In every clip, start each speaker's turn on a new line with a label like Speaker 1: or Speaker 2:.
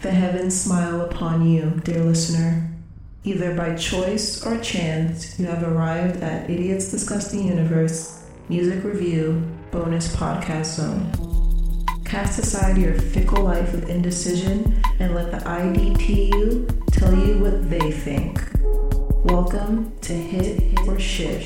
Speaker 1: The heavens smile upon you, dear listener. Either by choice or chance, you have arrived at Idiots Discuss the Universe Music Review Bonus Podcast Zone. Cast aside your fickle life of indecision and let the IDTU tell you what they think. Welcome to Hit or Shit.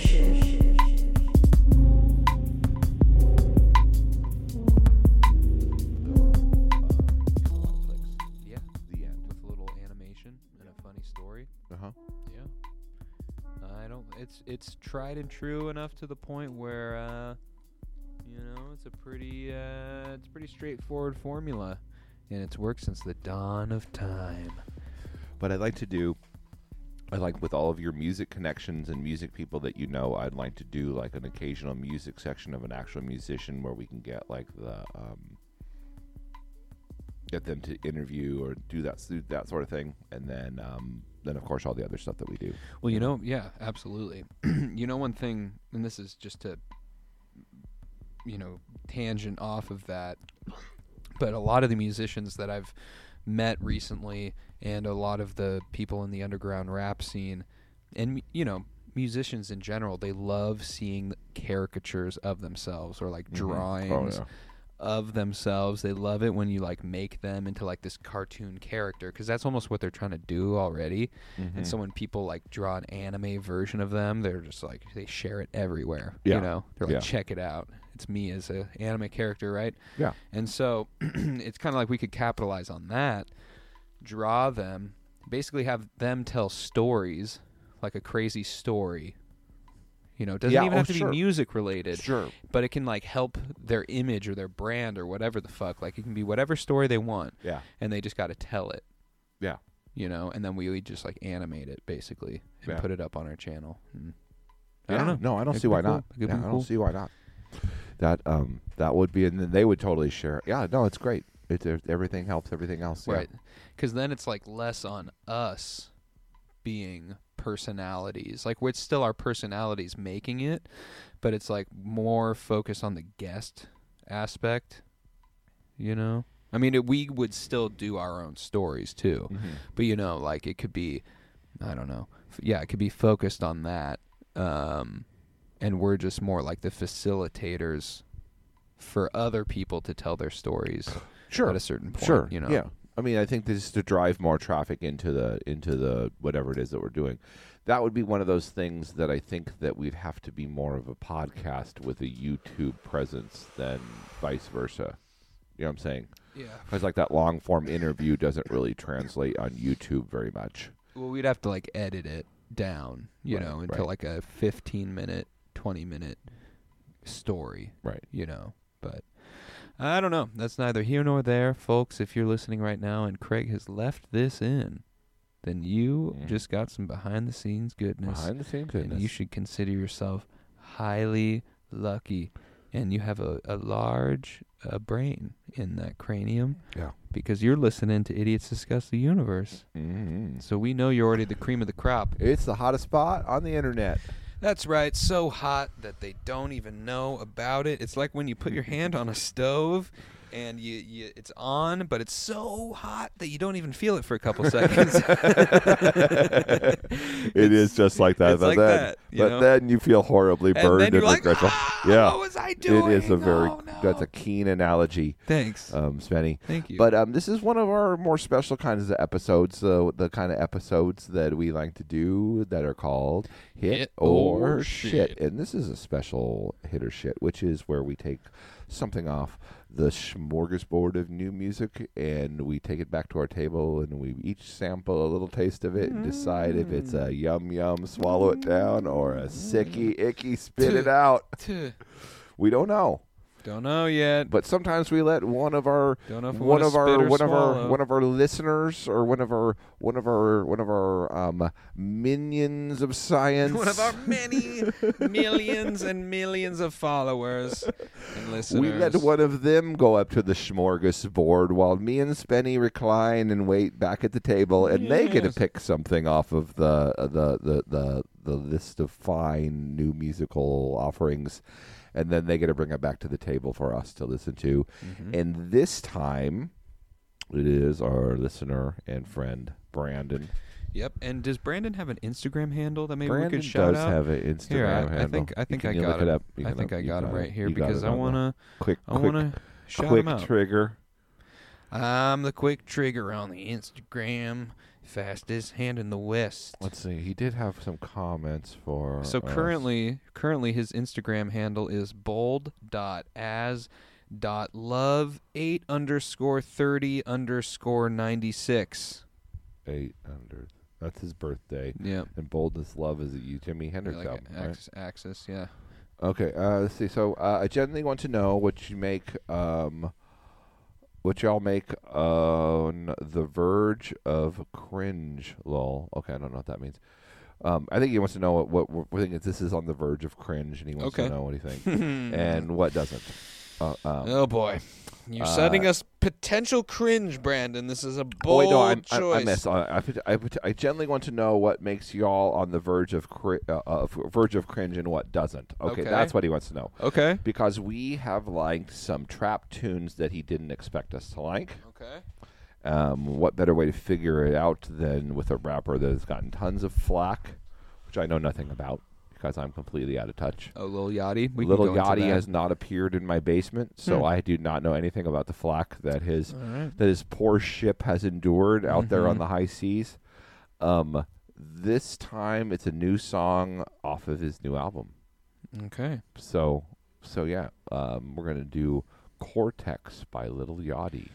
Speaker 2: Yeah, the end with a little animation and a funny story.
Speaker 3: Uh huh.
Speaker 2: Yeah. I don't. It's it's tried and true enough to the point where, uh, you know, it's a pretty uh, it's a pretty straightforward formula, and it's worked since the dawn of time.
Speaker 3: But I'd like to do, I like with all of your music connections and music people that you know, I'd like to do like an occasional music section of an actual musician where we can get like the, um, get them to interview or do that do that sort of thing, and then um, then of course all the other stuff that we do.
Speaker 2: Well, you know, yeah, absolutely. you know, one thing, and this is just to, you know, tangent off of that, but a lot of the musicians that I've met recently and a lot of the people in the underground rap scene and, you know, musicians in general, they love seeing caricatures of themselves or like
Speaker 3: Oh
Speaker 2: drawings
Speaker 3: yeah.
Speaker 2: of themselves. They love it when you like make them into like this cartoon character because that's almost what they're trying to do already.
Speaker 3: Mm-hmm.
Speaker 2: And so when people like draw an anime version of them, they're just like they share it everywhere.
Speaker 3: Yeah.
Speaker 2: You know, they're like,
Speaker 3: Yeah.
Speaker 2: check it out. It's me as a anime character, right?
Speaker 3: Yeah.
Speaker 2: And so it's kind of like we could capitalize on that, draw them, basically have them tell stories, like a crazy story. You know, it doesn't
Speaker 3: Yeah,
Speaker 2: even
Speaker 3: oh,
Speaker 2: have to
Speaker 3: sure.
Speaker 2: be music related
Speaker 3: Sure.
Speaker 2: but it can like help their image or their brand or whatever the fuck. Like it can be whatever story they want,
Speaker 3: Yeah.
Speaker 2: and they just got to tell it,
Speaker 3: Yeah.
Speaker 2: you know. And then we would just like animate it basically and
Speaker 3: Yeah.
Speaker 2: put it up on our channel. And
Speaker 3: Yeah,
Speaker 2: I don't know.
Speaker 3: No, I don't
Speaker 2: It
Speaker 3: see
Speaker 2: could be
Speaker 3: why
Speaker 2: cool.
Speaker 3: not.
Speaker 2: It could
Speaker 3: Yeah,
Speaker 2: be
Speaker 3: I don't
Speaker 2: cool.
Speaker 3: see why not. That um that would be and then they would totally share. it. Yeah, no, it's great. It, there's- everything helps everything else. Yeah.
Speaker 2: Right. Because then it's like less on us being personalities. Like it's still our personalities making it, but it's like more focus on the guest aspect. You know, I mean, it, we would still do our own stories too, but you know, like it could be, I don't know, F- yeah, it could be focused on that, um, and we're just more like the facilitators for other people to tell their stories
Speaker 3: Sure.
Speaker 2: at a certain point.
Speaker 3: Sure.
Speaker 2: you know,
Speaker 3: Yeah. I mean, I think this is to drive more traffic into the into the whatever it is that we're doing. That would be one of those things that I think that we'd have to be more of a podcast with a YouTube presence than vice versa. You know what I'm saying?
Speaker 2: yeah.
Speaker 3: Because like that long form interview doesn't really translate on YouTube very much.
Speaker 2: Well, we'd have to like edit it down, you
Speaker 3: Right,
Speaker 2: know, into
Speaker 3: right.
Speaker 2: like a 15 minute, 20 minute story,
Speaker 3: Right.
Speaker 2: you know. But I don't know. That's neither here nor there, folks. If you're listening right now and Craig has left this in, then you
Speaker 3: Mhm.
Speaker 2: just got some behind the scenes goodness.
Speaker 3: Behind the scenes,
Speaker 2: And you should consider yourself highly lucky. And you have a, a large uh, brain in that cranium
Speaker 3: Yeah.
Speaker 2: because you're listening to Idiots Discuss the Universe.
Speaker 3: Mm-hmm.
Speaker 2: So we know you're already the cream of the crop.
Speaker 3: It's the hottest spot on the internet.
Speaker 2: That's right. So hot that they don't even know about it. It's like when you put your hand on a stove and you, you it's on, but it's so hot that you don't even feel it for a couple seconds.
Speaker 3: It is just like that.
Speaker 2: it's
Speaker 3: but
Speaker 2: like
Speaker 3: then,
Speaker 2: that, you
Speaker 3: but
Speaker 2: know?
Speaker 3: then you feel horribly
Speaker 2: And
Speaker 3: burned
Speaker 2: then you're like,
Speaker 3: regretful.
Speaker 2: "Ah,
Speaker 3: yeah,
Speaker 2: what was I
Speaker 3: It is a
Speaker 2: doing?
Speaker 3: very
Speaker 2: Oh, no."
Speaker 3: that's a keen analogy,
Speaker 2: Thanks.
Speaker 3: um, Svenny.
Speaker 2: Thank you.
Speaker 3: But um, this is one of our more special kinds of episodes, uh, the kind of episodes that we like to do that are called Hit,
Speaker 2: Hit
Speaker 3: or
Speaker 2: or
Speaker 3: shit.
Speaker 2: Shit.
Speaker 3: And this is a special Hit or Shit, which is where we take something off the smorgasbord of new music and we take it back to our table and we each sample a little taste of it and decide if it's a yum yum, swallow it down, or a sicky, icky, spit it out.
Speaker 2: Tuh.
Speaker 3: We don't know.
Speaker 2: don't know yet.
Speaker 3: But sometimes we let one of our
Speaker 2: Don't know if we
Speaker 3: one
Speaker 2: wanna
Speaker 3: of our
Speaker 2: spit or
Speaker 3: one of our
Speaker 2: swallow.
Speaker 3: one of our listeners or one of our one of our one of our um, minions of science.
Speaker 2: One of our many millions and millions of followers and listeners.
Speaker 3: we let one of them go up to the smorgasbord while me and Spenny recline and wait back at the table, and they get to
Speaker 2: Yes.
Speaker 3: pick something off of the uh, the the the, the list of fine new musical offerings, and
Speaker 2: Mm-hmm.
Speaker 3: then they get to bring it back to the table for us to listen to. And this time, It is our listener and friend Brandon.
Speaker 2: Yep. And does Brandon have an Instagram handle that maybe
Speaker 3: Brandon
Speaker 2: we could shout
Speaker 3: does
Speaker 2: out?
Speaker 3: have an Instagram
Speaker 2: Here, I- I
Speaker 3: handle.
Speaker 2: think- I
Speaker 3: You
Speaker 2: think
Speaker 3: can-
Speaker 2: I
Speaker 3: you
Speaker 2: got
Speaker 3: look
Speaker 2: it.
Speaker 3: up. You
Speaker 2: I
Speaker 3: can
Speaker 2: think
Speaker 3: look-
Speaker 2: I
Speaker 3: you
Speaker 2: got him
Speaker 3: it.
Speaker 2: right here
Speaker 3: You got
Speaker 2: because
Speaker 3: it
Speaker 2: I
Speaker 3: on
Speaker 2: wanna
Speaker 3: the quick,
Speaker 2: I
Speaker 3: quick,
Speaker 2: wanna shout
Speaker 3: quick
Speaker 2: him out.
Speaker 3: trigger.
Speaker 2: I'm the quick trigger on the Instagram, fastest hand in the West.
Speaker 3: Let's see. He did have some comments for.
Speaker 2: So
Speaker 3: us.
Speaker 2: currently, currently his Instagram handle is bold dot as dot love eight underscore thirty underscore ninety six.
Speaker 3: eight under. That's his birthday.
Speaker 2: Yeah.
Speaker 3: And boldest love is a you Jimi Hendrix
Speaker 2: Like
Speaker 3: album. right?
Speaker 2: access, access, yeah.
Speaker 3: Okay, uh, let's see. So uh, I generally want to know what you make, um, what y'all make on the verge of cringe. Lol. Okay, I don't know what that means. Um, I think he wants to know what what we're thinking. is This is on the verge of cringe, and he wants
Speaker 2: Okay. Hmm.
Speaker 3: to know what he thinks and what doesn't. Uh, um,
Speaker 2: oh boy, you're
Speaker 3: uh,
Speaker 2: setting us potential cringe, Brandon. This is a bold
Speaker 3: Oh, wait, no, I'm- I, I,
Speaker 2: choice.
Speaker 3: missed. I, I, put- I, put- I generally want to know what makes y'all on the verge of cri- uh, of verge of cringe and what doesn't. Okay,
Speaker 2: Okay.
Speaker 3: that's what he wants to know.
Speaker 2: okay.
Speaker 3: Because we have liked some trap tunes that he didn't expect us to like.
Speaker 2: Okay.
Speaker 3: Um, what better way to figure it out than with a rapper that has gotten tons of flack, which I know nothing about because I'm completely out of touch.
Speaker 2: Oh, Lil Yachty. We can
Speaker 3: Little
Speaker 2: go into
Speaker 3: Yachty
Speaker 2: that.
Speaker 3: has not appeared in my basement, so
Speaker 2: Hmm.
Speaker 3: I do not know anything about the flack that his
Speaker 2: All right.
Speaker 3: that his poor ship has endured out there on
Speaker 2: Mhm.
Speaker 3: the high seas. Um, this time it's a new song off of his new album.
Speaker 2: Okay.
Speaker 3: So, so yeah, um, we're gonna do Cortex by Little Yachty.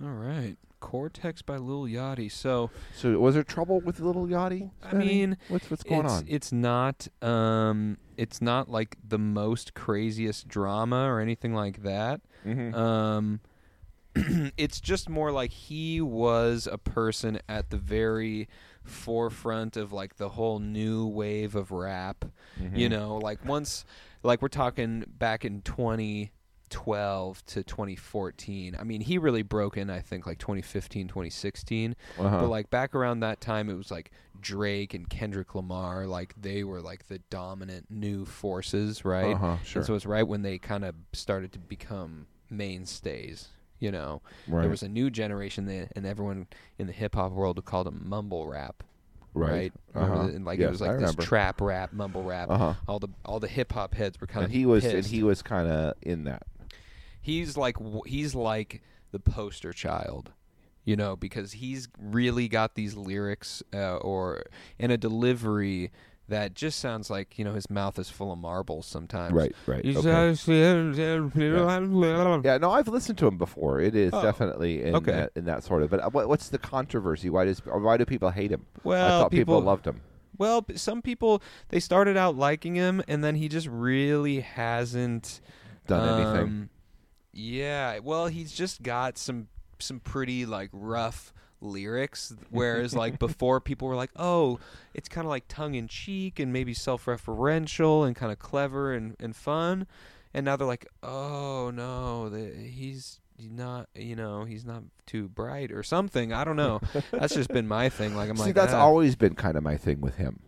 Speaker 2: All right. Cortex by Lil Yachty. So
Speaker 3: So, was there trouble with Little Yachty?
Speaker 2: I
Speaker 3: Sonny?
Speaker 2: mean,
Speaker 3: what's what's going
Speaker 2: it's,
Speaker 3: on?
Speaker 2: It's not um it's not like the most craziest drama or anything like that.
Speaker 3: mm-hmm.
Speaker 2: Um it's just more like he was a person at the very forefront of like the whole new wave of rap.
Speaker 3: mm-hmm.
Speaker 2: You know, like once like we're talking back in 2012 to 2014. I mean, he really broke in I think like 2015, 2016.
Speaker 3: uh-huh.
Speaker 2: But like back around that time, it was like Drake and Kendrick Lamar, like they were like the dominant new forces, right?
Speaker 3: uh-huh, sure,
Speaker 2: And so it's right when they kind of started to become mainstays. You know,
Speaker 3: right,
Speaker 2: there was a new generation, that, and everyone in the hip hop world called them mumble rap, right? Remember
Speaker 3: Uh-huh.
Speaker 2: the- and like
Speaker 3: yes,
Speaker 2: it was like
Speaker 3: I
Speaker 2: this
Speaker 3: remember.
Speaker 2: trap rap, mumble rap.
Speaker 3: Uh-huh.
Speaker 2: All the all the hip hop heads were kind of
Speaker 3: and he was and
Speaker 2: pissed.
Speaker 3: he was kind of in that.
Speaker 2: he's like w- he's like the poster child you know because he's really got these lyrics uh, or and a delivery that just sounds like you know his mouth is full of marbles sometimes
Speaker 3: Right, right.
Speaker 2: He's
Speaker 3: okay.
Speaker 2: just-
Speaker 3: Yeah, no, I've listened to him before. It is
Speaker 2: Oh,
Speaker 3: definitely in
Speaker 2: okay.
Speaker 3: that in that sort of. But uh, what, what's the controversy? Why does or why do people hate him? I
Speaker 2: Well,
Speaker 3: thought people,
Speaker 2: people-
Speaker 3: loved him.
Speaker 2: well b- some people they started out liking him and then he just really hasn't
Speaker 3: Done anything?
Speaker 2: um, yeah well he's just got some some pretty like rough lyrics whereas like before people were like oh it's kind of like tongue in cheek and maybe self-referential and kind of clever and, and fun and now they're like oh no the, he's not you know he's not too bright or something i don't know that's just been my thing like i'm
Speaker 3: See,
Speaker 2: like
Speaker 3: that's
Speaker 2: "Ah."
Speaker 3: always been kind of my thing with him.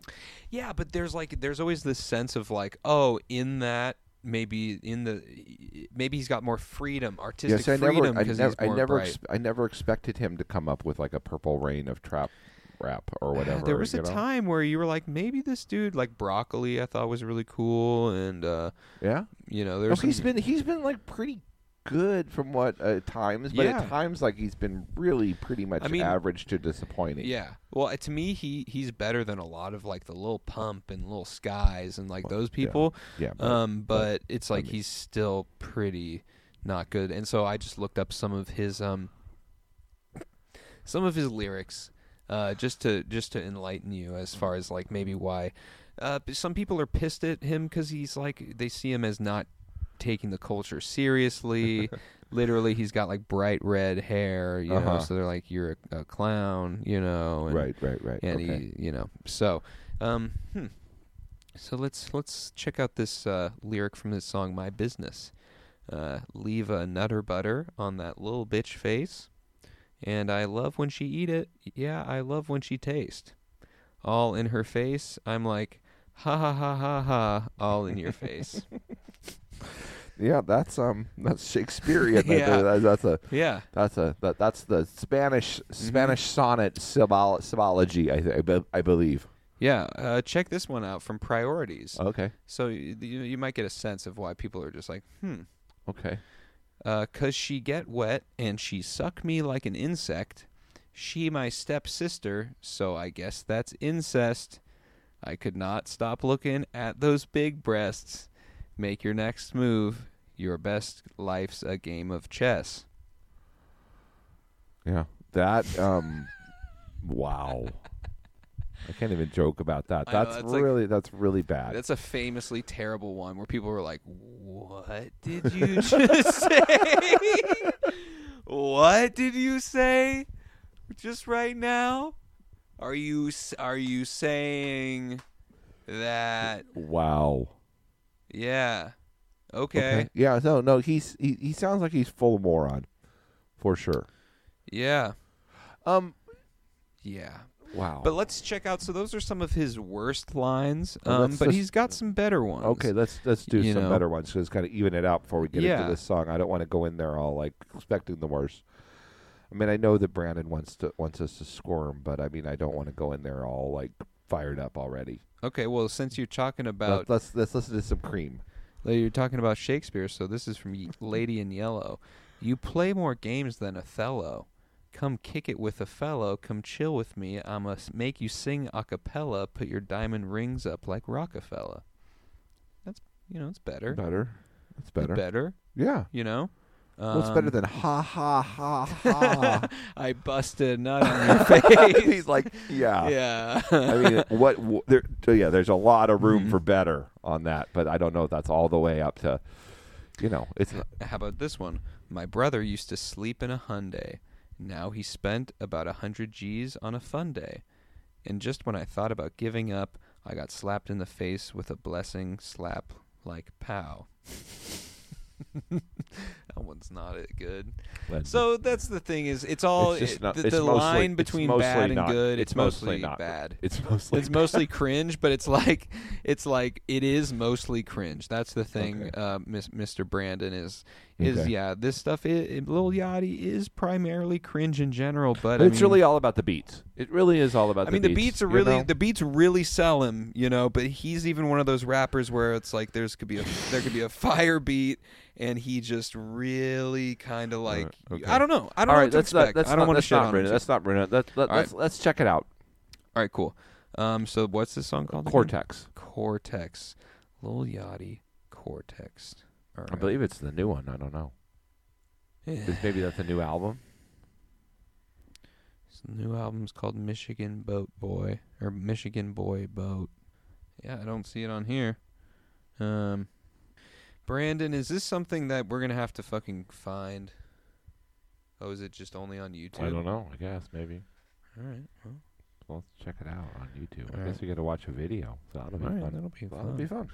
Speaker 2: Yeah, but there's like there's always this sense of like, oh, in that maybe in the maybe he's got more freedom, artistic
Speaker 3: Yes, I never,
Speaker 2: freedom
Speaker 3: I
Speaker 2: because
Speaker 3: never,
Speaker 2: he's
Speaker 3: I
Speaker 2: more
Speaker 3: never,
Speaker 2: bright.
Speaker 3: ex- I never expected him to come up with like a purple rain of trap rap or
Speaker 2: Ah,
Speaker 3: whatever.
Speaker 2: there was a
Speaker 3: you know?
Speaker 2: time where you were like, maybe this dude like broccoli, I thought was really cool, and uh,
Speaker 3: yeah.
Speaker 2: you know,
Speaker 3: No,
Speaker 2: there's
Speaker 3: Oh, he's been, he's been like pretty good from what uh, times, but
Speaker 2: Yeah.
Speaker 3: at times like he's been really pretty much
Speaker 2: I mean-
Speaker 3: average to disappointing.
Speaker 2: yeah. Well, uh, to me, he he's better than a lot of like the little pump and little skies and like those people.
Speaker 3: yeah. but-
Speaker 2: Um, but it's
Speaker 3: I
Speaker 2: like
Speaker 3: mean-
Speaker 2: he's still pretty not good. And so I just looked up some of his um some of his lyrics uh, just to just to enlighten you as far as like maybe why uh, p- some people are pissed at him because he's like they see him as not taking the culture seriously. Literally, he's got like bright red hair, you know.
Speaker 3: Uh-huh.
Speaker 2: So they're like, "You're a, a clown," you know. And,
Speaker 3: right, right, right.
Speaker 2: and
Speaker 3: okay.
Speaker 2: he, you know so um hmm. so let's let's check out this uh, lyric from this song my business uh, leave a nutter butter on that little bitch face and i love when she eat it yeah i love when she taste all in her face i'm like ha ha ha ha ha all in your face
Speaker 3: yeah, that's um, that's Shakespearean. right
Speaker 2: Yeah.
Speaker 3: there. That- that's a
Speaker 2: Yeah.
Speaker 3: that's a that, that's the Spanish
Speaker 2: Mm-hmm.
Speaker 3: Spanish sonnet symbol, symbology. I, th- I, be- I believe.
Speaker 2: Yeah. Uh, check this one out from Priorities.
Speaker 3: Okay.
Speaker 2: So you, you you might get a sense of why people are just like, hmm.
Speaker 3: Okay.
Speaker 2: Uh, 'cause she get wet and she suck me like an insect. She my stepsister, so I guess that's incest. I could not stop looking at those big breasts. Make your next move. Your best life's a game of chess.
Speaker 3: Yeah. That um, wow. I can't even joke about that.
Speaker 2: I know,
Speaker 3: That's
Speaker 2: it's like-
Speaker 3: really that's really bad.
Speaker 2: That's a famously terrible one where people were like, "What did you just say? what did you say just right now? Are you s- are you saying that?
Speaker 3: wow.
Speaker 2: Yeah, okay,
Speaker 3: Yeah. No. No. He's he, he sounds like he's full of moron, for sure.
Speaker 2: yeah,
Speaker 3: Um.
Speaker 2: yeah."
Speaker 3: Wow.
Speaker 2: But let's check out. So those are some of his worst lines,
Speaker 3: Well,
Speaker 2: um,
Speaker 3: let's
Speaker 2: but
Speaker 3: just-
Speaker 2: he's got some better ones.
Speaker 3: Okay, let's let's do
Speaker 2: you
Speaker 3: some
Speaker 2: know.
Speaker 3: better ones. Just kind of even it out before we get
Speaker 2: Yeah.
Speaker 3: into this song. I don't want to go in there all like expecting the worst. I mean, I know that Brandon wants to wants us to squirm, but I mean, I don't want to go in there all like fired up already.
Speaker 2: Okay. Well, since you're talking about
Speaker 3: Let's, let's let's listen to some cream.
Speaker 2: Well, You're talking about Shakespeare, so this is from Ye- Lady in Yellow. You play more games than Othello. Come kick it with a fellow. Come chill with me. I must make you sing a cappella. Put your diamond rings up like Rockefeller. That's you know, it's better.
Speaker 3: Better, that's
Speaker 2: It's
Speaker 3: better.
Speaker 2: better.
Speaker 3: Yeah,
Speaker 2: You know. Um,
Speaker 3: well, it's better than Ah. ha ha ha ha.
Speaker 2: I busted a nut on your face.
Speaker 3: He's like, yeah.
Speaker 2: yeah.
Speaker 3: I mean, what? wh- there, so yeah, there's a lot of room
Speaker 2: Mm-hmm.
Speaker 3: for better on that, but I don't know if that's all the way up to, you know, it's not-
Speaker 2: How about this one? My brother used to sleep in a Hyundai. Now he spent about a hundred G's on a fun day. And just when I thought about giving up, I got slapped in the face with a blessing slap like pow. that one's not it good. So that's the thing is it's all
Speaker 3: It's just
Speaker 2: it-
Speaker 3: not-
Speaker 2: the,
Speaker 3: it's
Speaker 2: the
Speaker 3: mostly-
Speaker 2: line
Speaker 3: it's
Speaker 2: between
Speaker 3: mostly
Speaker 2: bad and
Speaker 3: not-
Speaker 2: good.
Speaker 3: It's,
Speaker 2: It's,
Speaker 3: mostly, not
Speaker 2: bad.
Speaker 3: It's mostly.
Speaker 2: It's mostly cringe, but it's like it's like it is mostly cringe. That's the thing.
Speaker 3: Okay.
Speaker 2: Uh, Mis- Mr. Brandon is is
Speaker 3: Okay.
Speaker 2: yeah. This stuff, it, it, Lil Yachty is primarily cringe in general, but
Speaker 3: But
Speaker 2: I
Speaker 3: it's
Speaker 2: mean,
Speaker 3: really all about the beats. It really is all about.
Speaker 2: I mean, the beats are
Speaker 3: you
Speaker 2: really
Speaker 3: know?
Speaker 2: the beats really sell him, you know. But he's even one of those rappers where it's like there's could be a there could be a fire beat, and he just really kind of like
Speaker 3: okay.
Speaker 2: I don't know. I don't
Speaker 3: all
Speaker 2: know
Speaker 3: right,
Speaker 2: what to
Speaker 3: let's
Speaker 2: expect.
Speaker 3: not. Let's
Speaker 2: I don't
Speaker 3: not.
Speaker 2: want to
Speaker 3: Let's
Speaker 2: shit
Speaker 3: not
Speaker 2: on him.
Speaker 3: ruin it.
Speaker 2: too.
Speaker 3: Let's not ruin it. Let, let,
Speaker 2: All
Speaker 3: let's let's check it out.
Speaker 2: All right, cool. Um, so what's this song called? again?
Speaker 3: Cortex.
Speaker 2: Cortex. Lil Yachty Cortex. All right.
Speaker 3: I believe it's the new one. I don't know.
Speaker 2: Yeah.
Speaker 3: Is- Maybe that's a new album.
Speaker 2: His new album's called Michigan Boat Boy or Michigan Boy Boat. Yeah, I don't see it on here. Um Brandon, is this something that we're going to have to fucking find? Oh, is it just only on YouTube?
Speaker 3: know. I guess maybe.
Speaker 2: All right. Well,
Speaker 3: Let's check it out on YouTube.
Speaker 2: I All guess right.
Speaker 3: we got to watch a video. That'll
Speaker 2: be All right, fun. that'll be That'll fun. be
Speaker 3: fun.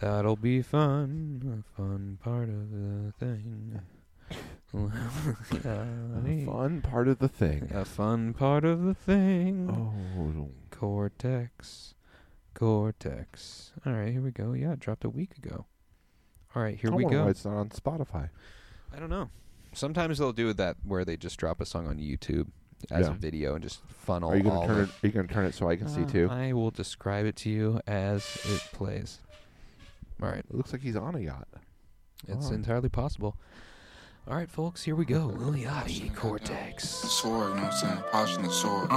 Speaker 2: That'll be fun. A fun part of the thing. Yachty.
Speaker 3: fun part of the thing.
Speaker 2: A fun part of the thing.
Speaker 3: Oh,
Speaker 2: Cortex. Cortex. All right, here we go. Yeah, it dropped a week ago. All right, here
Speaker 3: I
Speaker 2: we
Speaker 3: wonder
Speaker 2: go.
Speaker 3: Why it's not on Spotify.
Speaker 2: I don't know. Sometimes they'll do that where they just drop a song on YouTube as
Speaker 3: Yeah.
Speaker 2: a video and just funnel
Speaker 3: Are you gonna
Speaker 2: all
Speaker 3: turn it?
Speaker 2: of-
Speaker 3: Are you gonna turn it so I can see
Speaker 2: Uh,
Speaker 3: too?
Speaker 2: I will describe it to you as it plays. All right,
Speaker 3: It looks like he's on a yacht.
Speaker 2: it's
Speaker 3: Oh.
Speaker 2: entirely possible. All right, folks, here we go. Lil Yachty, Cortex.
Speaker 4: sword, you know what I'm saying? Polishing the sword.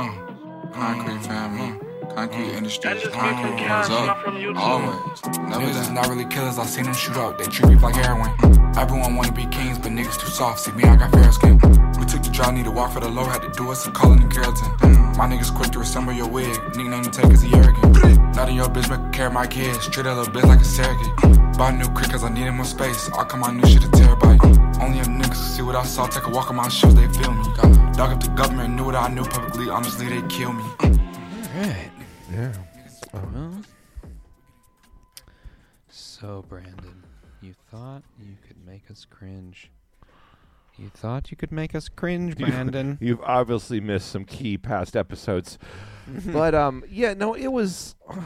Speaker 4: Concrete family, concrete industry.
Speaker 5: That's Mm. just me from
Speaker 4: Runs
Speaker 5: Cash,
Speaker 4: up.
Speaker 5: not from YouTube.
Speaker 4: Always. Never
Speaker 6: Niggas is
Speaker 4: that.
Speaker 6: not really killers, I seen them shoot up, they treat me like heroin. Everyone wanna be kings, but niggas too soft, see me, I got fair skin. We took the drive, need to walk for the low, had to do us, so calling the Carrollton.
Speaker 4: Mm.
Speaker 6: My niggas quick to resemble your wig, nickname you take is he arrogant. Not in your bitch, make her care of my kids, treat her little bitch like a surrogate. Buy a new crib cause I needed more space, I come my new shit a terabyte. Only if niggas see what I saw, take a walk in my shoes, they feel me. Dog up the government, knew what I knew publicly, honestly, they kill me.
Speaker 2: All right.
Speaker 3: Yeah.
Speaker 2: Well, so Brandon, you thought you could make us cringe. You thought you could make us cringe, Brandon.
Speaker 3: You've obviously missed some key past episodes. but um yeah, no, it was I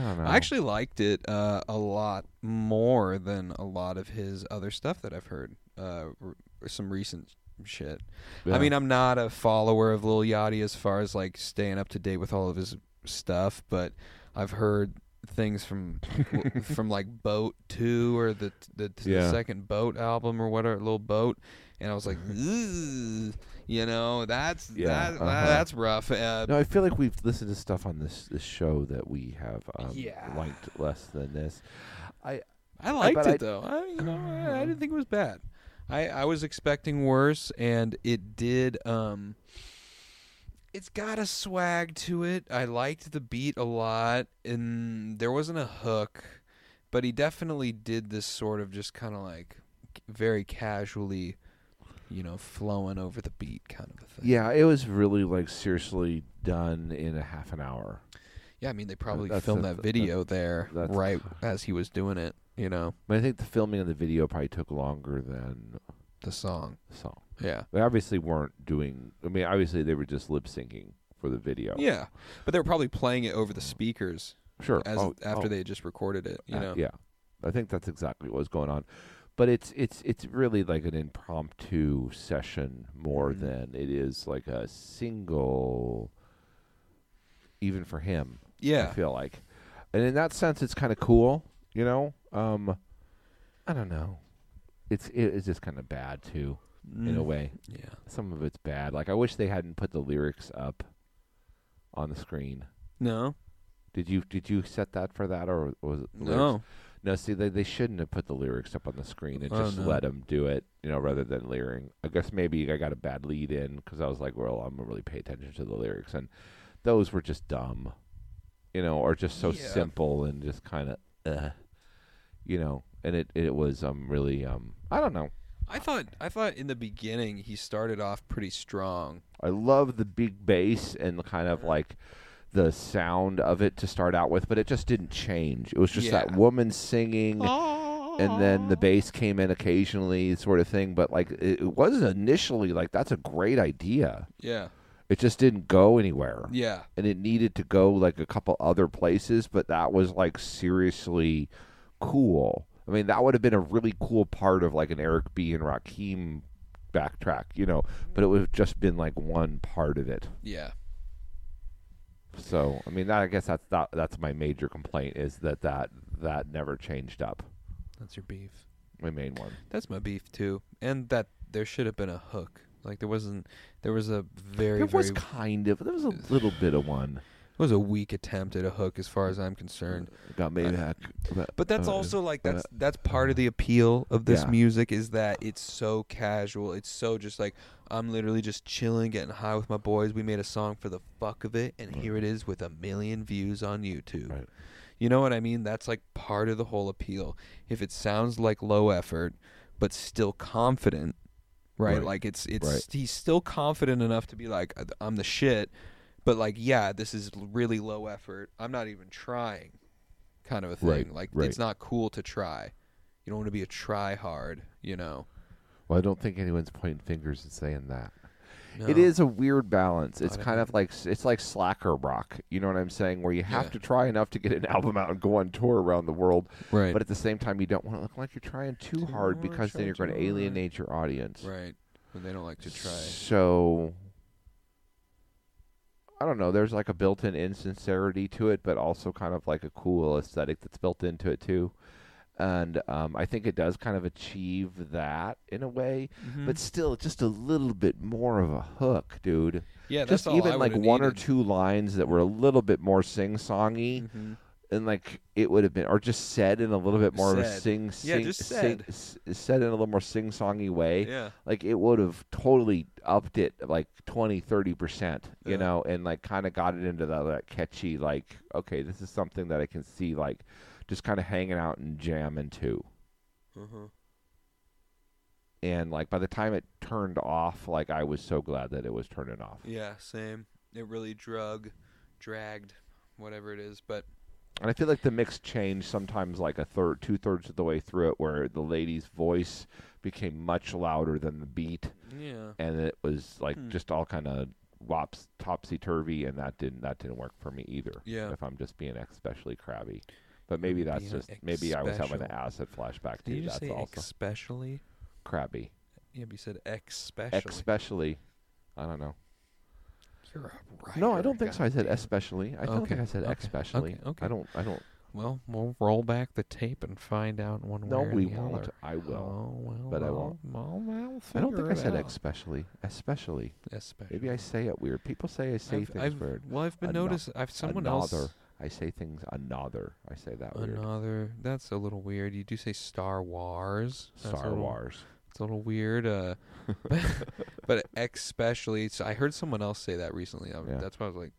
Speaker 3: don't know.
Speaker 2: I actually liked it uh, a lot more than a lot of his other stuff that I've heard. Uh, r- some recent shit.
Speaker 3: Yeah.
Speaker 2: I mean, I'm not a follower of Lil Yachty as far as like staying up to date with all of his stuff, but I've heard things from from like Boat Two or the the, the
Speaker 3: Yeah.
Speaker 2: second Boat album or whatever, Little Boat, and I was like, "Ugh," you know, that's
Speaker 3: Yeah,
Speaker 2: that,
Speaker 3: uh-huh.
Speaker 2: that's rough. Uh,
Speaker 3: No, I feel like we've listened to stuff on this this show that we have um,
Speaker 2: Yeah.
Speaker 3: liked less than this. I
Speaker 2: I liked
Speaker 3: but
Speaker 2: it
Speaker 3: I-
Speaker 2: though. I, you know, I, I didn't think it was bad. I, I was expecting worse, and it did. Um, it's got a swag to it. I liked the beat a lot, and there wasn't a hook, but he definitely did this sort of just kind of like very casually, you know, flowing over the beat kind of a thing.
Speaker 3: yeah, it was really like seriously done in a half an hour.
Speaker 2: Yeah, I mean, they probably
Speaker 3: that's-
Speaker 2: filmed
Speaker 3: that's-
Speaker 2: that video there
Speaker 3: that's-
Speaker 2: right as he was doing it. You know,
Speaker 3: But I think the filming of the video probably took longer than
Speaker 2: the song.
Speaker 3: the song.
Speaker 2: Yeah.
Speaker 3: They obviously weren't doing. I mean, obviously they were just lip syncing for the video.
Speaker 2: Yeah, but they were probably playing it over the speakers
Speaker 3: sure.
Speaker 2: as
Speaker 3: Oh,
Speaker 2: after
Speaker 3: oh,
Speaker 2: they had just recorded it. You
Speaker 3: uh,
Speaker 2: know,
Speaker 3: Yeah, I think that's exactly what was going on. But it's it's it's really like an impromptu session more
Speaker 2: Mhm.
Speaker 3: than it is like a single. Even for him, I
Speaker 2: yeah,
Speaker 3: feel like, and in that sense, it's kind of cool. You know, um, I don't know. It's it is just kind of bad too in a
Speaker 2: Mm.
Speaker 3: way.
Speaker 2: yeah.
Speaker 3: Some of it's bad. Like I wish they hadn't put the lyrics up on the screen.
Speaker 2: No,
Speaker 3: Did you did you set that for that or was it the lyrics?
Speaker 2: no,
Speaker 3: No, see, they, they shouldn't have put the lyrics up on the screen and
Speaker 2: Oh,
Speaker 3: just let 'em
Speaker 2: no.
Speaker 3: let them do it, you know, rather than lyric. I guess maybe I got a bad lead in because I was like, well, I'm gonna really pay attention to the lyrics, and those were just dumb, you know, or just so
Speaker 2: Yeah.
Speaker 3: simple and just kind of, uh, you know. And it it was um really um I don't know.
Speaker 2: I thought I thought in the beginning he started off pretty strong.
Speaker 3: I love the big bass and the kind of like the sound of it to start out with, but it just didn't change. It was just that
Speaker 2: Yeah.
Speaker 3: woman singing. and then the bass came in occasionally, sort of thing. But like, it it was initially like that's a great idea.
Speaker 2: Yeah,
Speaker 3: It just didn't go anywhere,
Speaker 2: yeah,
Speaker 3: and it needed to go like a couple other places. But that was like seriously cool. I mean, that would have been a really cool part of like an Eric B and Rakim backtrack, you know. But it would have just been like one part of it.
Speaker 2: yeah.
Speaker 3: So I mean, that, I guess that's that, that's my major complaint is that that that never changed up.
Speaker 2: That's your beef.
Speaker 3: My main one.
Speaker 2: That's my beef too, and that there should have been a hook. Like there wasn't. There was a very
Speaker 3: There was
Speaker 2: very
Speaker 3: kind of there was a little bit of one.
Speaker 2: it was a weak attempt at a hook as far as I'm concerned.
Speaker 3: Got me
Speaker 2: Uh,
Speaker 3: back.
Speaker 2: But that's
Speaker 3: Uh,
Speaker 2: also like that's that's part of the appeal of this
Speaker 3: Yeah.
Speaker 2: music is that it's so casual. It's so just like I'm literally just chilling, getting high with my boys. We made a song for the fuck of it, and
Speaker 3: Right.
Speaker 2: here it is with a million views on YouTube.
Speaker 3: Right.
Speaker 2: You know what I mean? That's like part of the whole appeal. If it sounds like low effort, but still confident, right?
Speaker 3: Right.
Speaker 2: Like it's it's
Speaker 3: Right.
Speaker 2: he's still confident enough to be like I'm the shit, but like yeah, this is l- really low effort. I'm not even trying, kind of a thing.
Speaker 3: Right,
Speaker 2: Like
Speaker 3: right.
Speaker 2: it's not cool to try. You don't want to be a try hard, you know.
Speaker 3: Well, I don't think anyone's pointing fingers and saying that.
Speaker 2: No.
Speaker 3: It is a weird balance. It's
Speaker 2: I
Speaker 3: kind of like s- it's like slacker rock. You know what I'm saying? Where you have to try enough to get an album out and go on tour around the world,
Speaker 2: right,
Speaker 3: but at the same time, you don't want to look like you're trying too hard
Speaker 2: wanna
Speaker 3: because
Speaker 2: try
Speaker 3: then you're going to
Speaker 2: too hard.
Speaker 3: alienate your audience.
Speaker 2: right. When they don't like to try.
Speaker 3: So I don't know. There's like a built-in insincerity to it, but also kind of like a cool aesthetic that's built into it too. And um, I think it does kind of achieve that in a way,
Speaker 2: Mm-hmm. Hmm.
Speaker 3: but still just a little bit more of a hook, dude.
Speaker 2: yeah, that's
Speaker 3: just
Speaker 2: all
Speaker 3: even
Speaker 2: I
Speaker 3: like
Speaker 2: would've
Speaker 3: one or
Speaker 2: needed.
Speaker 3: two lines that were a little bit more sing-songy,
Speaker 2: Mhm.
Speaker 3: and like it would have been, or just said in a little bit more of a
Speaker 2: Said.
Speaker 3: sing,
Speaker 2: Yeah,
Speaker 3: sing,
Speaker 2: just said.
Speaker 3: sing- s- said in a little more sing-songy way
Speaker 2: Yeah,
Speaker 3: like it would have totally upped it like 20 30% you
Speaker 2: Yeah.
Speaker 3: know and like kind of got it into that, that catchy like okay this is something that i can see like just kind of hanging out and jamming to
Speaker 2: uh-huh.
Speaker 3: and like by the time it turned off like i was so glad that it was turning off
Speaker 2: yeah, same. It really drug, dragged, whatever it is, but
Speaker 3: and i feel like the mix changed sometimes like a third two thirds of the way through it where the lady's voice became much louder than the beat
Speaker 2: yeah.
Speaker 3: and it was like
Speaker 2: Hmm.
Speaker 3: just all kind of lops topsy turvy, and that didn't that didn't work for me either.
Speaker 2: Yeah.
Speaker 3: If I'm just being especially crabby, but maybe that's
Speaker 2: Being
Speaker 3: just maybe I was having an
Speaker 2: especial.
Speaker 3: acid flashback
Speaker 2: Did
Speaker 3: too.
Speaker 2: you just
Speaker 3: That's
Speaker 2: say
Speaker 3: also
Speaker 2: especially?
Speaker 3: crabby.
Speaker 2: Yeah, but you said especially.
Speaker 3: Especially, I don't know.
Speaker 2: You're a writer,
Speaker 3: no, I don't think so. I said especially. I don't
Speaker 2: Okay,
Speaker 3: think I said
Speaker 2: okay,
Speaker 3: especially.
Speaker 2: okay, okay.
Speaker 3: I don't. I don't.
Speaker 2: Well, we'll roll back the tape and find out one
Speaker 3: No,
Speaker 2: way or
Speaker 3: we
Speaker 2: the
Speaker 3: won't.
Speaker 2: other.
Speaker 3: I will.
Speaker 2: Oh, well,
Speaker 3: but I
Speaker 2: well, Well,
Speaker 3: won't.
Speaker 2: well,
Speaker 3: I don't think
Speaker 2: figure
Speaker 3: I
Speaker 2: it
Speaker 3: said
Speaker 2: out.
Speaker 3: especially. Especially.
Speaker 2: Especially.
Speaker 3: Maybe I say it weird. People say I say
Speaker 2: I've,
Speaker 3: things
Speaker 2: I've,
Speaker 3: weird.
Speaker 2: Well, I've been
Speaker 3: Ano-
Speaker 2: noticed. I've someone
Speaker 3: another.
Speaker 2: else.
Speaker 3: I say things another. I say that weird.
Speaker 2: Another. That's a little weird. You do say Star Wars. That's a
Speaker 3: Star
Speaker 2: little-
Speaker 3: Wars.
Speaker 2: It's a little weird. Uh, but, but especially, so I heard someone else say that recently. I,
Speaker 3: Yeah.
Speaker 2: That's why I was like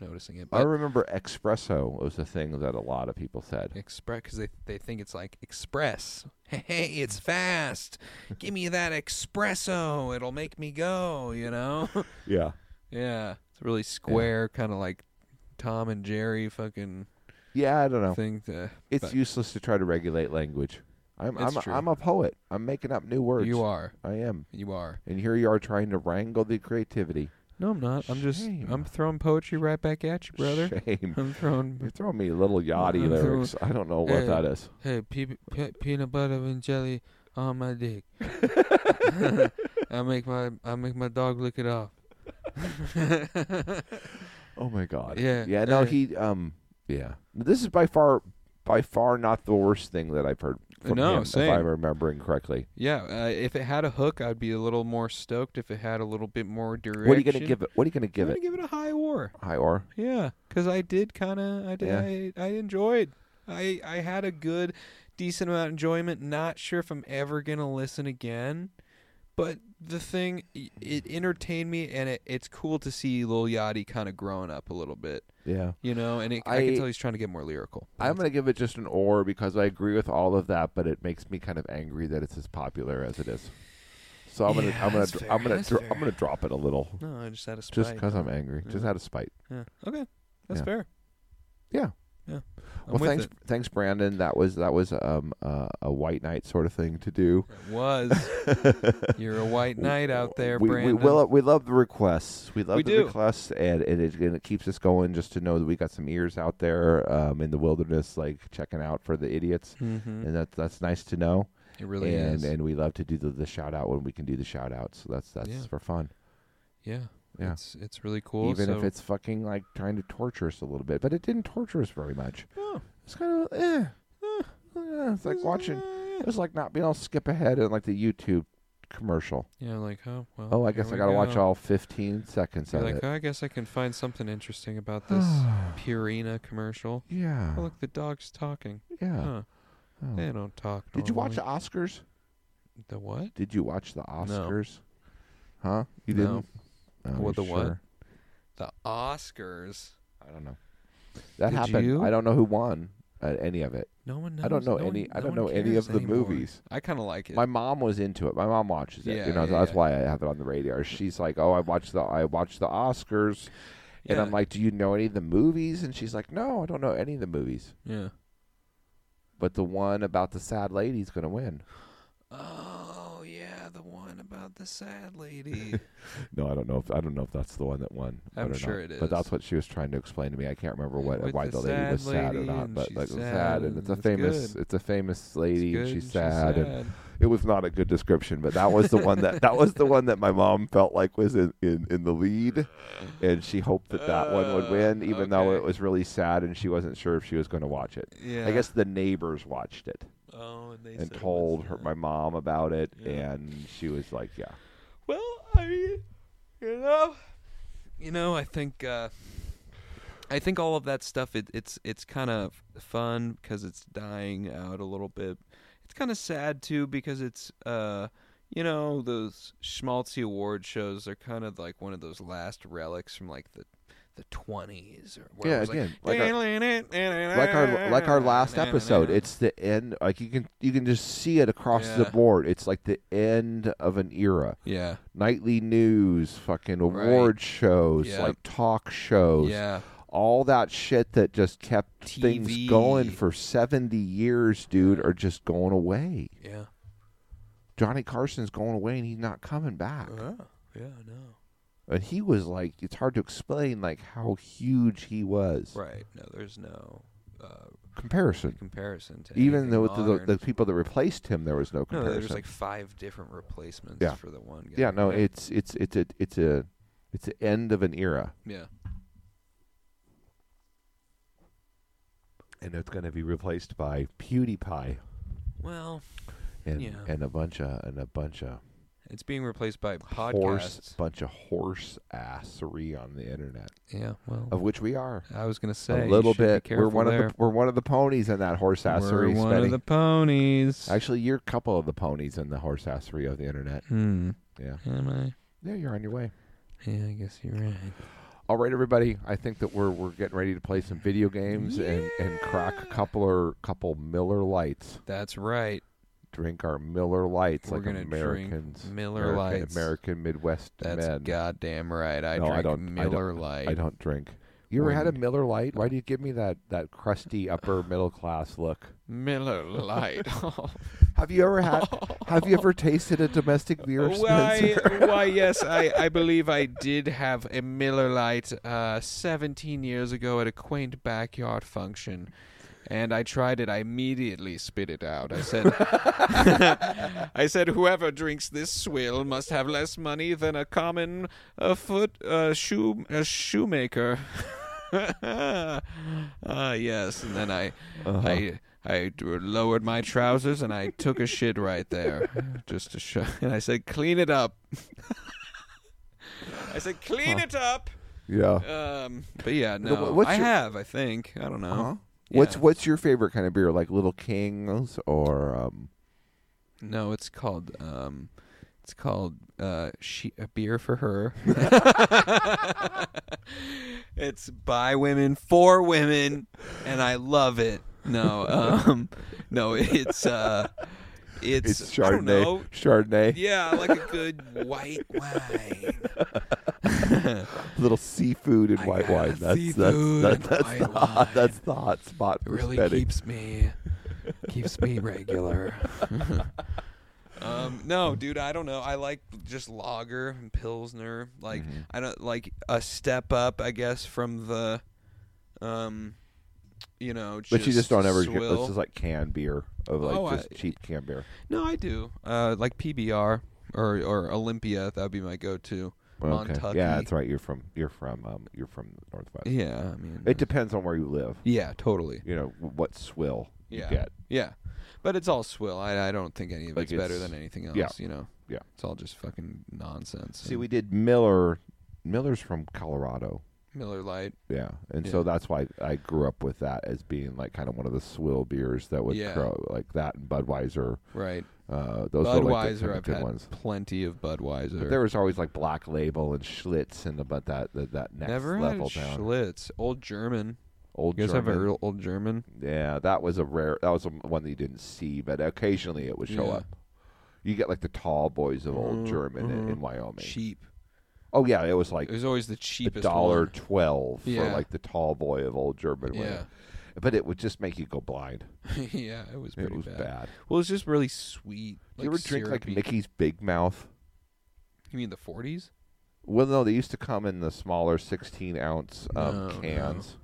Speaker 2: noticing it.
Speaker 3: I
Speaker 2: But
Speaker 3: remember espresso was a thing that a lot of people said.
Speaker 2: express because they they think it's like express. Hey, it's fast. Give me that espresso. It'll make me go. You know.
Speaker 3: Yeah.
Speaker 2: yeah. It's really square, kind of like Tom and Jerry fucking
Speaker 3: Yeah, I don't know.
Speaker 2: thing. To,
Speaker 3: It's
Speaker 2: but
Speaker 3: useless to try to regulate language. I'm
Speaker 2: It's
Speaker 3: I'm
Speaker 2: true.
Speaker 3: a, I'm a poet. I'm making up new words.
Speaker 2: you are.
Speaker 3: I am.
Speaker 2: You are.
Speaker 3: And here you are trying to wrangle the creativity.
Speaker 2: No, I'm not. I'm just.
Speaker 3: Shame.
Speaker 2: I'm throwing poetry right back at you, brother.
Speaker 3: Shame.
Speaker 2: I'm
Speaker 3: You're
Speaker 2: throwing.
Speaker 3: throwing me little yachty
Speaker 2: I'm throwing-
Speaker 3: lyrics. I don't know what
Speaker 2: Hey.
Speaker 3: that is.
Speaker 2: Hey, pe- pe- peanut butter and jelly on my dick. I make my I make my dog lick it off.
Speaker 3: Oh my god.
Speaker 2: Yeah,
Speaker 3: Yeah, no,
Speaker 2: uh,
Speaker 3: he um yeah. This is by far by far not the worst thing that I've heard from
Speaker 2: No,
Speaker 3: him
Speaker 2: same.
Speaker 3: if I'm remembering correctly.
Speaker 2: yeah, uh, if it had a hook, I'd be a little more stoked. If it had a little bit more direction,
Speaker 3: What are you going to give it? What are you going to give
Speaker 2: I'm
Speaker 3: it?
Speaker 2: gonna give it a high or.
Speaker 3: Hi or
Speaker 2: Yeah, because I did kind of. I did.
Speaker 3: Yeah.
Speaker 2: I, I enjoyed. I I had a good, decent amount of enjoyment. Not sure if I'm ever gonna listen again, but the thing i- it entertained me, and it, it's cool to see Lil Yachty kind of growing up a little bit,
Speaker 3: Yeah.
Speaker 2: you know. And it, I, can
Speaker 3: I-
Speaker 2: tell he's trying to get more lyrical.
Speaker 3: I'm going to give it just an or because I agree with all of that, but it makes me kind of angry that it's as popular as it is. So I'm
Speaker 2: Yeah,
Speaker 3: gonna I'm gonna
Speaker 2: that's
Speaker 3: dr-
Speaker 2: fair,
Speaker 3: I'm gonna
Speaker 2: that's
Speaker 3: dro-
Speaker 2: fair.
Speaker 3: I'm gonna drop it a little
Speaker 2: no, I just had a spite.
Speaker 3: just because I'm angry, just
Speaker 2: Yeah.
Speaker 3: out of spite.
Speaker 2: yeah. okay, that's
Speaker 3: Yeah.
Speaker 2: fair.
Speaker 3: Yeah.
Speaker 2: yeah. I'm
Speaker 3: well,
Speaker 2: with
Speaker 3: thanks
Speaker 2: it.
Speaker 3: thanks Brandon. That was that was um uh, a white knight sort of thing to do.
Speaker 2: It was you're a white knight out there,
Speaker 3: we,
Speaker 2: Brandon?
Speaker 3: We, will, we love the requests. We love
Speaker 2: We
Speaker 3: the
Speaker 2: do.
Speaker 3: requests, and, and, it, and it keeps us going just to know that we got some ears out there um, in the wilderness, like checking out for the idiots.
Speaker 2: Mhm.
Speaker 3: And that, that's nice to know.
Speaker 2: It really
Speaker 3: and
Speaker 2: is.
Speaker 3: and we love to do the, the shout out when we can do the shout out. So that's that's
Speaker 2: Yeah.
Speaker 3: for fun,
Speaker 2: yeah.
Speaker 3: Yeah.
Speaker 2: It's it's really cool.
Speaker 3: even
Speaker 2: so,
Speaker 3: if it's fucking like trying to torture us a little bit. But it didn't torture us very much.
Speaker 2: Oh.
Speaker 3: It's kind of eh, eh, eh. It's like watching.
Speaker 2: uh,
Speaker 3: It's like not being able to skip ahead in like the YouTube commercial.
Speaker 2: Yeah, like, oh, well.
Speaker 3: Oh, I
Speaker 2: here
Speaker 3: guess I
Speaker 2: we
Speaker 3: gotta watch
Speaker 2: go.
Speaker 3: all 15 seconds
Speaker 2: You're
Speaker 3: of
Speaker 2: like,
Speaker 3: it.
Speaker 2: oh, I guess I can find something interesting about this Purina commercial.
Speaker 3: Yeah.
Speaker 2: Oh, look, the dog's talking.
Speaker 3: yeah.
Speaker 2: Huh.
Speaker 3: Oh.
Speaker 2: They don't talk.
Speaker 3: Did you watch the
Speaker 2: normally.
Speaker 3: Oscars?
Speaker 2: the what?
Speaker 3: Did you watch the Oscars? Huh? You
Speaker 2: No.
Speaker 3: didn't? Oh,
Speaker 2: What,
Speaker 3: you
Speaker 2: the what?
Speaker 3: sure?
Speaker 2: The Oscars.
Speaker 3: I don't know. That
Speaker 2: Did
Speaker 3: happened.
Speaker 2: you?
Speaker 3: I don't know who won uh, any of it.
Speaker 2: No one knows.
Speaker 3: I don't know
Speaker 2: no
Speaker 3: any-
Speaker 2: One,
Speaker 3: I
Speaker 2: no
Speaker 3: don't
Speaker 2: one
Speaker 3: know any
Speaker 2: cares
Speaker 3: of the
Speaker 2: anymore.
Speaker 3: movies.
Speaker 2: I kind of like it.
Speaker 3: My mom was into it. My mom watches it.
Speaker 2: Yeah,
Speaker 3: you know,
Speaker 2: yeah,
Speaker 3: that's
Speaker 2: yeah.
Speaker 3: why I have it on the radar. She's like, "Oh, I watched the I watched the Oscars." And
Speaker 2: Yeah,
Speaker 3: I'm like, "Do you know any of the movies?" And she's like, "No, I don't know any of the movies."
Speaker 2: yeah.
Speaker 3: But the one about the sad lady's going to win.
Speaker 2: Oh yeah, the one about the sad lady.
Speaker 3: No, I don't know if I don't know if that's the one that won.
Speaker 2: I'm
Speaker 3: but or
Speaker 2: sure
Speaker 3: not.
Speaker 2: it
Speaker 3: But
Speaker 2: is.
Speaker 3: that's what she was trying to explain to me. I can't remember what
Speaker 2: With
Speaker 3: why
Speaker 2: the
Speaker 3: the lady
Speaker 2: sad
Speaker 3: was sad or
Speaker 2: lady
Speaker 3: not,
Speaker 2: and
Speaker 3: but
Speaker 2: she's
Speaker 3: like it was
Speaker 2: sad
Speaker 3: sad and it's a
Speaker 2: and it's
Speaker 3: famous
Speaker 2: good.
Speaker 3: it's a famous
Speaker 2: It's
Speaker 3: lady
Speaker 2: good
Speaker 3: and she's
Speaker 2: and
Speaker 3: sad, and it was not a good description, but that was the one that that was the one that my mom felt like was in in, in the lead and she hoped that that one would
Speaker 2: Uh,
Speaker 3: win even though
Speaker 2: okay.
Speaker 3: it was really sad and she wasn't sure if she was going to watch it.
Speaker 2: Yeah.
Speaker 3: I guess the neighbors watched it
Speaker 2: Oh, and, they
Speaker 3: and
Speaker 2: said it
Speaker 3: told
Speaker 2: was
Speaker 3: her
Speaker 2: sad.
Speaker 3: my mom about it
Speaker 2: Yeah.
Speaker 3: and she was like, yeah.
Speaker 2: Well, I mean, you know, you know, I think, uh, I think all of that stuff. It, it's it's kind of fun because it's dying out a little bit. It's kind of sad too because it's, uh, you know, those schmaltzy award shows are kind of like one of those last relics from like the. The twenties, or where
Speaker 3: Yeah,
Speaker 2: it was
Speaker 3: again,
Speaker 2: like,
Speaker 3: like like our like our last episode it's the end like you can you can just see it across the
Speaker 2: Yeah.
Speaker 3: board it's like the end of an era
Speaker 2: yeah,
Speaker 3: nightly news fucking award shows
Speaker 2: Yep.
Speaker 3: like talk shows
Speaker 2: yeah,
Speaker 3: all that shit that just kept
Speaker 2: TV.
Speaker 3: things going for 70 years dude are just going away
Speaker 2: yeah, Uh-huh.
Speaker 3: johnny carson's going away and he's not coming back
Speaker 2: oh, yeah, no,
Speaker 3: and he was like, it's hard to explain like how huge he was.
Speaker 2: Right. No, there's no uh,
Speaker 3: Comparison.
Speaker 2: comparison to
Speaker 3: Even
Speaker 2: anything
Speaker 3: though with the,
Speaker 2: modern.
Speaker 3: the people that replaced him, there was no
Speaker 2: no,
Speaker 3: comparison.
Speaker 2: there's like five different replacements
Speaker 3: Yeah.
Speaker 2: for the one guy.
Speaker 3: yeah, no, it's it's it's a it's a it's the end of an era,
Speaker 2: yeah.
Speaker 3: and it's going to be replaced by PewDiePie
Speaker 2: Well,
Speaker 3: and
Speaker 2: Yeah.
Speaker 3: and a bunch of and a bunch of
Speaker 2: it's being replaced by podcasts.
Speaker 3: horse bunch of horse assery on the internet,
Speaker 2: yeah. Well,
Speaker 3: of which we are.
Speaker 2: I was gonna say
Speaker 3: a
Speaker 2: you
Speaker 3: little
Speaker 2: should be
Speaker 3: bit. We're
Speaker 2: careful
Speaker 3: one
Speaker 2: there.
Speaker 3: of the we're one of the ponies in that horse
Speaker 2: We're
Speaker 3: assery.
Speaker 2: one
Speaker 3: Spenny.
Speaker 2: of the ponies.
Speaker 3: Actually, you're a couple of the ponies in the horse assery of the internet.
Speaker 2: hmm.
Speaker 3: Yeah,
Speaker 2: Am I?
Speaker 3: yeah, you're on your way.
Speaker 2: Yeah, I guess you're right.
Speaker 3: All right, everybody. I think that we're we're getting ready to play some video games and and crack a couple or couple Miller Lights.
Speaker 2: That's right.
Speaker 3: Drink our Miller Lights
Speaker 2: We're
Speaker 3: like
Speaker 2: gonna drink
Speaker 3: Americans.
Speaker 2: Miller
Speaker 3: American,
Speaker 2: Lights.
Speaker 3: American Midwest
Speaker 2: That's
Speaker 3: men.
Speaker 2: goddamn right. I
Speaker 3: No,
Speaker 2: drink
Speaker 3: I don't- I don't-
Speaker 2: Miller Lite.
Speaker 3: I don't drink. You ever had a
Speaker 2: Wouldn't.
Speaker 3: Miller Light? Why do you give me that that crusty upper middle class look?
Speaker 2: Miller Lite. Oh.
Speaker 3: Have you ever had? have you ever tasted a domestic beer?
Speaker 2: why?
Speaker 3: Spencer?
Speaker 2: why? Yes, I, I believe I did have a Miller Lite uh, 17 years ago at a quaint backyard function, and I tried it. I immediately spit it out. I said, I said, whoever drinks this swill must have less money than a common uh, foot uh, shoe a shoemaker. Ah, yes, and then I,
Speaker 3: Uh-huh.
Speaker 2: I, I d- lowered my trousers and I took a shit right there, just to show. And I said, "Clean it up." I said, "Clean it up."
Speaker 3: Yeah.
Speaker 2: Um, but yeah,
Speaker 3: No,
Speaker 2: no,
Speaker 3: wh- what's
Speaker 2: I
Speaker 3: your- Uh-huh.
Speaker 2: have. I think I don't know.
Speaker 3: What's
Speaker 2: Yeah.
Speaker 3: what's your favorite kind of beer? Like Little Kings or um,
Speaker 2: No, it's called um, it's called uh, she a beer for her. it's by women for women, and I love it. No, um, no, it's uh, it's,
Speaker 3: it's
Speaker 2: I don't know.
Speaker 3: Chardonnay. Chardonnay.
Speaker 2: Yeah, I like a good white wine.
Speaker 3: Little seafood and
Speaker 2: I
Speaker 3: white
Speaker 2: got
Speaker 3: wine. That's
Speaker 2: seafood
Speaker 3: that's
Speaker 2: and
Speaker 3: that, that's
Speaker 2: white
Speaker 3: the
Speaker 2: wine.
Speaker 3: hot, that's the hot spot.
Speaker 2: It
Speaker 3: for
Speaker 2: really
Speaker 3: spending.
Speaker 2: keeps me keeps me regular. um, no, dude, I don't know. I like just lager and pilsner. Like
Speaker 3: Mm-hmm.
Speaker 2: I don't like a step up, I guess, from the, um, you know. Just
Speaker 3: But you just don't ever get.
Speaker 2: swill.
Speaker 3: This is like canned beer of like
Speaker 2: Oh, I-
Speaker 3: just cheap canned beer.
Speaker 2: no, I do. Uh, like PBR or or Olympia. That would be my go-to. Montucky.
Speaker 3: Yeah, that's right. You're from you're from um, you're from the Northwest.
Speaker 2: Yeah, I mean.
Speaker 3: It depends on where you live.
Speaker 2: yeah, totally.
Speaker 3: You know what swill
Speaker 2: Yeah.
Speaker 3: you get.
Speaker 2: Yeah. But it's all swill. I, I don't think any of
Speaker 3: Like
Speaker 2: it's, better
Speaker 3: it's-
Speaker 2: than anything else,
Speaker 3: yeah.
Speaker 2: you know.
Speaker 3: Yeah.
Speaker 2: It's all just fucking nonsense.
Speaker 3: See,
Speaker 2: And
Speaker 3: we did Miller. Miller's from Colorado.
Speaker 2: Miller Lite.
Speaker 3: Yeah, and
Speaker 2: Yeah.
Speaker 3: so that's why I grew up with that as being like kind of one of the swill beers that would
Speaker 2: Yeah.
Speaker 3: grow like that and Budweiser.
Speaker 2: Right.
Speaker 3: Uh, those were like
Speaker 2: Budweiser,
Speaker 3: the kind of
Speaker 2: I've
Speaker 3: good
Speaker 2: had
Speaker 3: ones.
Speaker 2: plenty of Budweiser.
Speaker 3: But there was always like Black Label and Schlitz and about that that, that next
Speaker 2: Never
Speaker 3: level
Speaker 2: had
Speaker 3: down.
Speaker 2: Schlitz. Old German.
Speaker 3: Old
Speaker 2: You guys have a
Speaker 3: German.
Speaker 2: real old German?
Speaker 3: Yeah, that was a rare. That was a, one that you didn't see, but occasionally it would show
Speaker 2: Yeah. Mm-hmm,
Speaker 3: up. You get like the tall boys of old German in, in Wyoming.
Speaker 2: Cheap.
Speaker 3: oh yeah, it was like
Speaker 2: It was always the
Speaker 3: a
Speaker 2: cheapest
Speaker 3: dollar
Speaker 2: one.
Speaker 3: twelve for
Speaker 2: Yeah.
Speaker 3: like the tall boy of old German.
Speaker 2: Yeah.
Speaker 3: whatever. But it would just make you go blind.
Speaker 2: yeah, it was
Speaker 3: It
Speaker 2: pretty
Speaker 3: was bad.
Speaker 2: Well, it's just really sweet.
Speaker 3: you ever
Speaker 2: like
Speaker 3: drink like
Speaker 2: syrupy.
Speaker 3: Mickey's Big Mouth?
Speaker 2: You mean the 40s?
Speaker 3: Well, no, they used to come in the smaller sixteen ounce um,
Speaker 2: No, no.
Speaker 3: cans.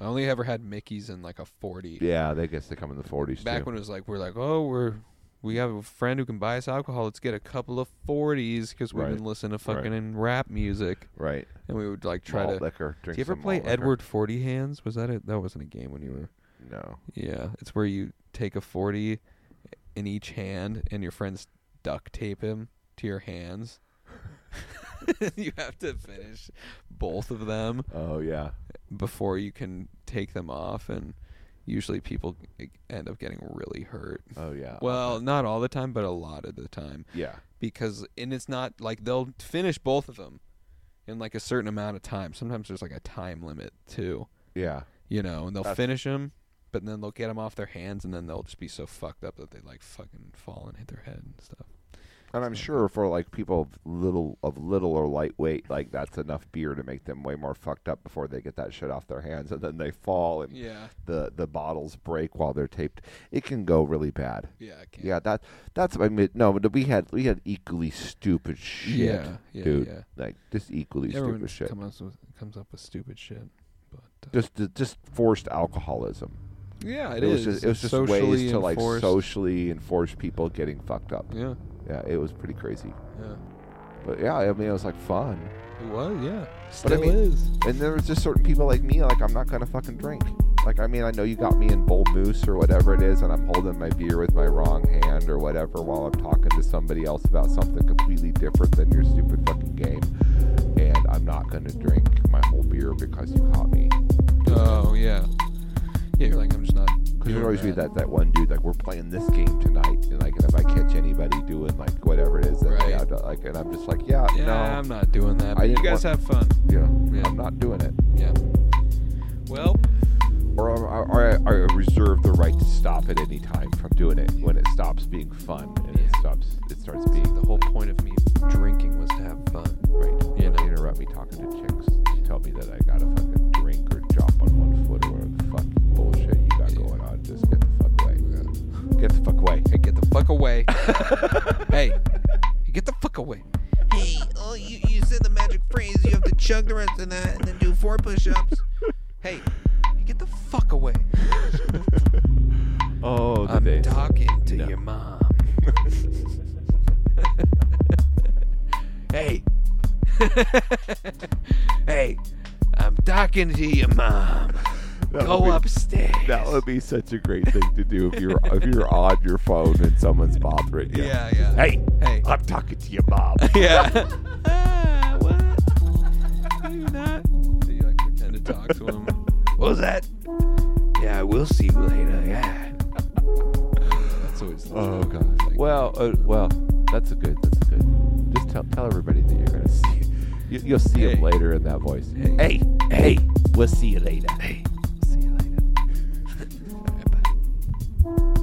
Speaker 2: I only ever had Mickey's in like a 40.
Speaker 3: Yeah, they guess they come in the forties
Speaker 2: back
Speaker 3: too.
Speaker 2: when it was like we're like oh we're we have a friend who can buy us alcohol let's get a couple of 40s because we've
Speaker 3: Right.
Speaker 2: been listening to fucking
Speaker 3: Right.
Speaker 2: in rap music
Speaker 3: right,
Speaker 2: and we would like try
Speaker 3: malt
Speaker 2: to
Speaker 3: liquor. Drink
Speaker 2: do you ever
Speaker 3: some
Speaker 2: play
Speaker 3: malt liquor.
Speaker 2: edward 40 hands was that it that wasn't a game when you were
Speaker 3: No.
Speaker 2: yeah it's where you take a 40 in each hand and your friends duct tape him to your hands you have to finish both of them
Speaker 3: Oh yeah.
Speaker 2: before you can take them off and usually people eh, end up getting really hurt
Speaker 3: Oh yeah.
Speaker 2: well, not all the time, but a lot of the time
Speaker 3: Yeah.
Speaker 2: because and it's not like they'll finish both of them in like a certain amount of time. Sometimes there's like a time limit too,
Speaker 3: Yeah.
Speaker 2: you know, and they'll
Speaker 3: That's-
Speaker 2: finish 'em, finish them, but then they'll get them off their hands and then they'll just be so fucked up that they like fucking fall and hit their head and stuff.
Speaker 3: And I'm sure for like people of little of little or lightweight, like that's enough beer to make them way more fucked up before they get that shit off their hands, and then they fall and
Speaker 2: Yeah.
Speaker 3: the the bottles break while they're taped. It can go really bad.
Speaker 2: Yeah. I can't.
Speaker 3: Yeah, that that's I mean no, but we had we had equally stupid shit,
Speaker 2: Yeah, yeah,
Speaker 3: dude.
Speaker 2: yeah.
Speaker 3: Like just equally
Speaker 2: Everyone
Speaker 3: stupid shit.
Speaker 2: comes up with comes up with stupid shit. But uh,
Speaker 3: Just just forced alcoholism.
Speaker 2: yeah,
Speaker 3: it was just it was
Speaker 2: It's
Speaker 3: just ways
Speaker 2: socially
Speaker 3: to like
Speaker 2: enforced.
Speaker 3: socially enforce people getting fucked up.
Speaker 2: Yeah.
Speaker 3: Yeah, it was pretty crazy.
Speaker 2: Yeah.
Speaker 3: But yeah, I mean it was like fun.
Speaker 2: It was. Yeah.
Speaker 3: But
Speaker 2: Still
Speaker 3: I mean-
Speaker 2: is.
Speaker 3: And there was just certain people like me, like I'm not gonna fucking drink. Like I mean, I know you got me in Bold Moose or whatever it is, and I'm holding my beer with my wrong hand or whatever while I'm talking to somebody else about something completely different than your stupid fucking game. And I'm not gonna drink my whole beer because you caught me.
Speaker 2: Oh yeah. Yeah. You're like I'm just not.
Speaker 3: Because
Speaker 2: doing
Speaker 3: there'd always be that, that one dude like we're playing this game tonight, and like and if I catch anybody doing like whatever it is, then
Speaker 2: Right.
Speaker 3: they have to, like, and I'm just like, yeah,
Speaker 2: Yeah,
Speaker 3: no,
Speaker 2: I'm not doing that.
Speaker 3: I
Speaker 2: But you
Speaker 3: didn't
Speaker 2: guys have fun.
Speaker 3: yeah,
Speaker 2: Yeah.
Speaker 3: I'm not doing it.
Speaker 2: Yeah. Well,
Speaker 3: or, or, or I, I reserve the right to stop at any time from doing it when it stops being fun and it
Speaker 2: Yeah.
Speaker 3: stops it starts
Speaker 2: it's like
Speaker 3: being
Speaker 2: the whole point of me drinking was to have fun.
Speaker 3: right.
Speaker 2: You know.
Speaker 3: interrupt me talking to chicks to tell me that I gotta fucking drink or drop on one foot or whatever the fuck bullshit you got
Speaker 2: Yeah.
Speaker 3: going on. Just get the fuck away. Get the fuck away.
Speaker 2: Hey, get the fuck away. hey, get the fuck away.
Speaker 5: Hey, oh, you, you said the magic phrase. You have to chug the rest of that and then do four push ups.
Speaker 2: Hey, get the fuck away.
Speaker 3: Oh, the
Speaker 2: I'm
Speaker 3: days.
Speaker 2: talking to
Speaker 3: No.
Speaker 2: your mom. hey. hey, I'm talking to your mom.
Speaker 3: That
Speaker 2: Go
Speaker 3: would be-
Speaker 2: upstairs.
Speaker 3: That would be such a great thing to do if you're if you're on your phone and someone's bothering you.
Speaker 2: Yeah, yeah.
Speaker 3: Hey,
Speaker 2: Hey.
Speaker 3: I'm talking to your mom.
Speaker 2: yeah. ah, what? Are you not? So you like pretend to talk to him. What was that? Yeah, we'll see you later. Yeah. That's always. The
Speaker 3: Oh
Speaker 2: joke.
Speaker 3: gosh.
Speaker 2: Like,
Speaker 3: Well, uh, well, that's a good. That's a good. Just tell tell everybody that you're gonna see. You, you'll see
Speaker 2: Hey.
Speaker 3: him later in that voice.
Speaker 2: Hey.
Speaker 3: hey, hey, we'll see you later. Hey,
Speaker 2: see you later. Alright, bye.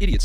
Speaker 7: Idiots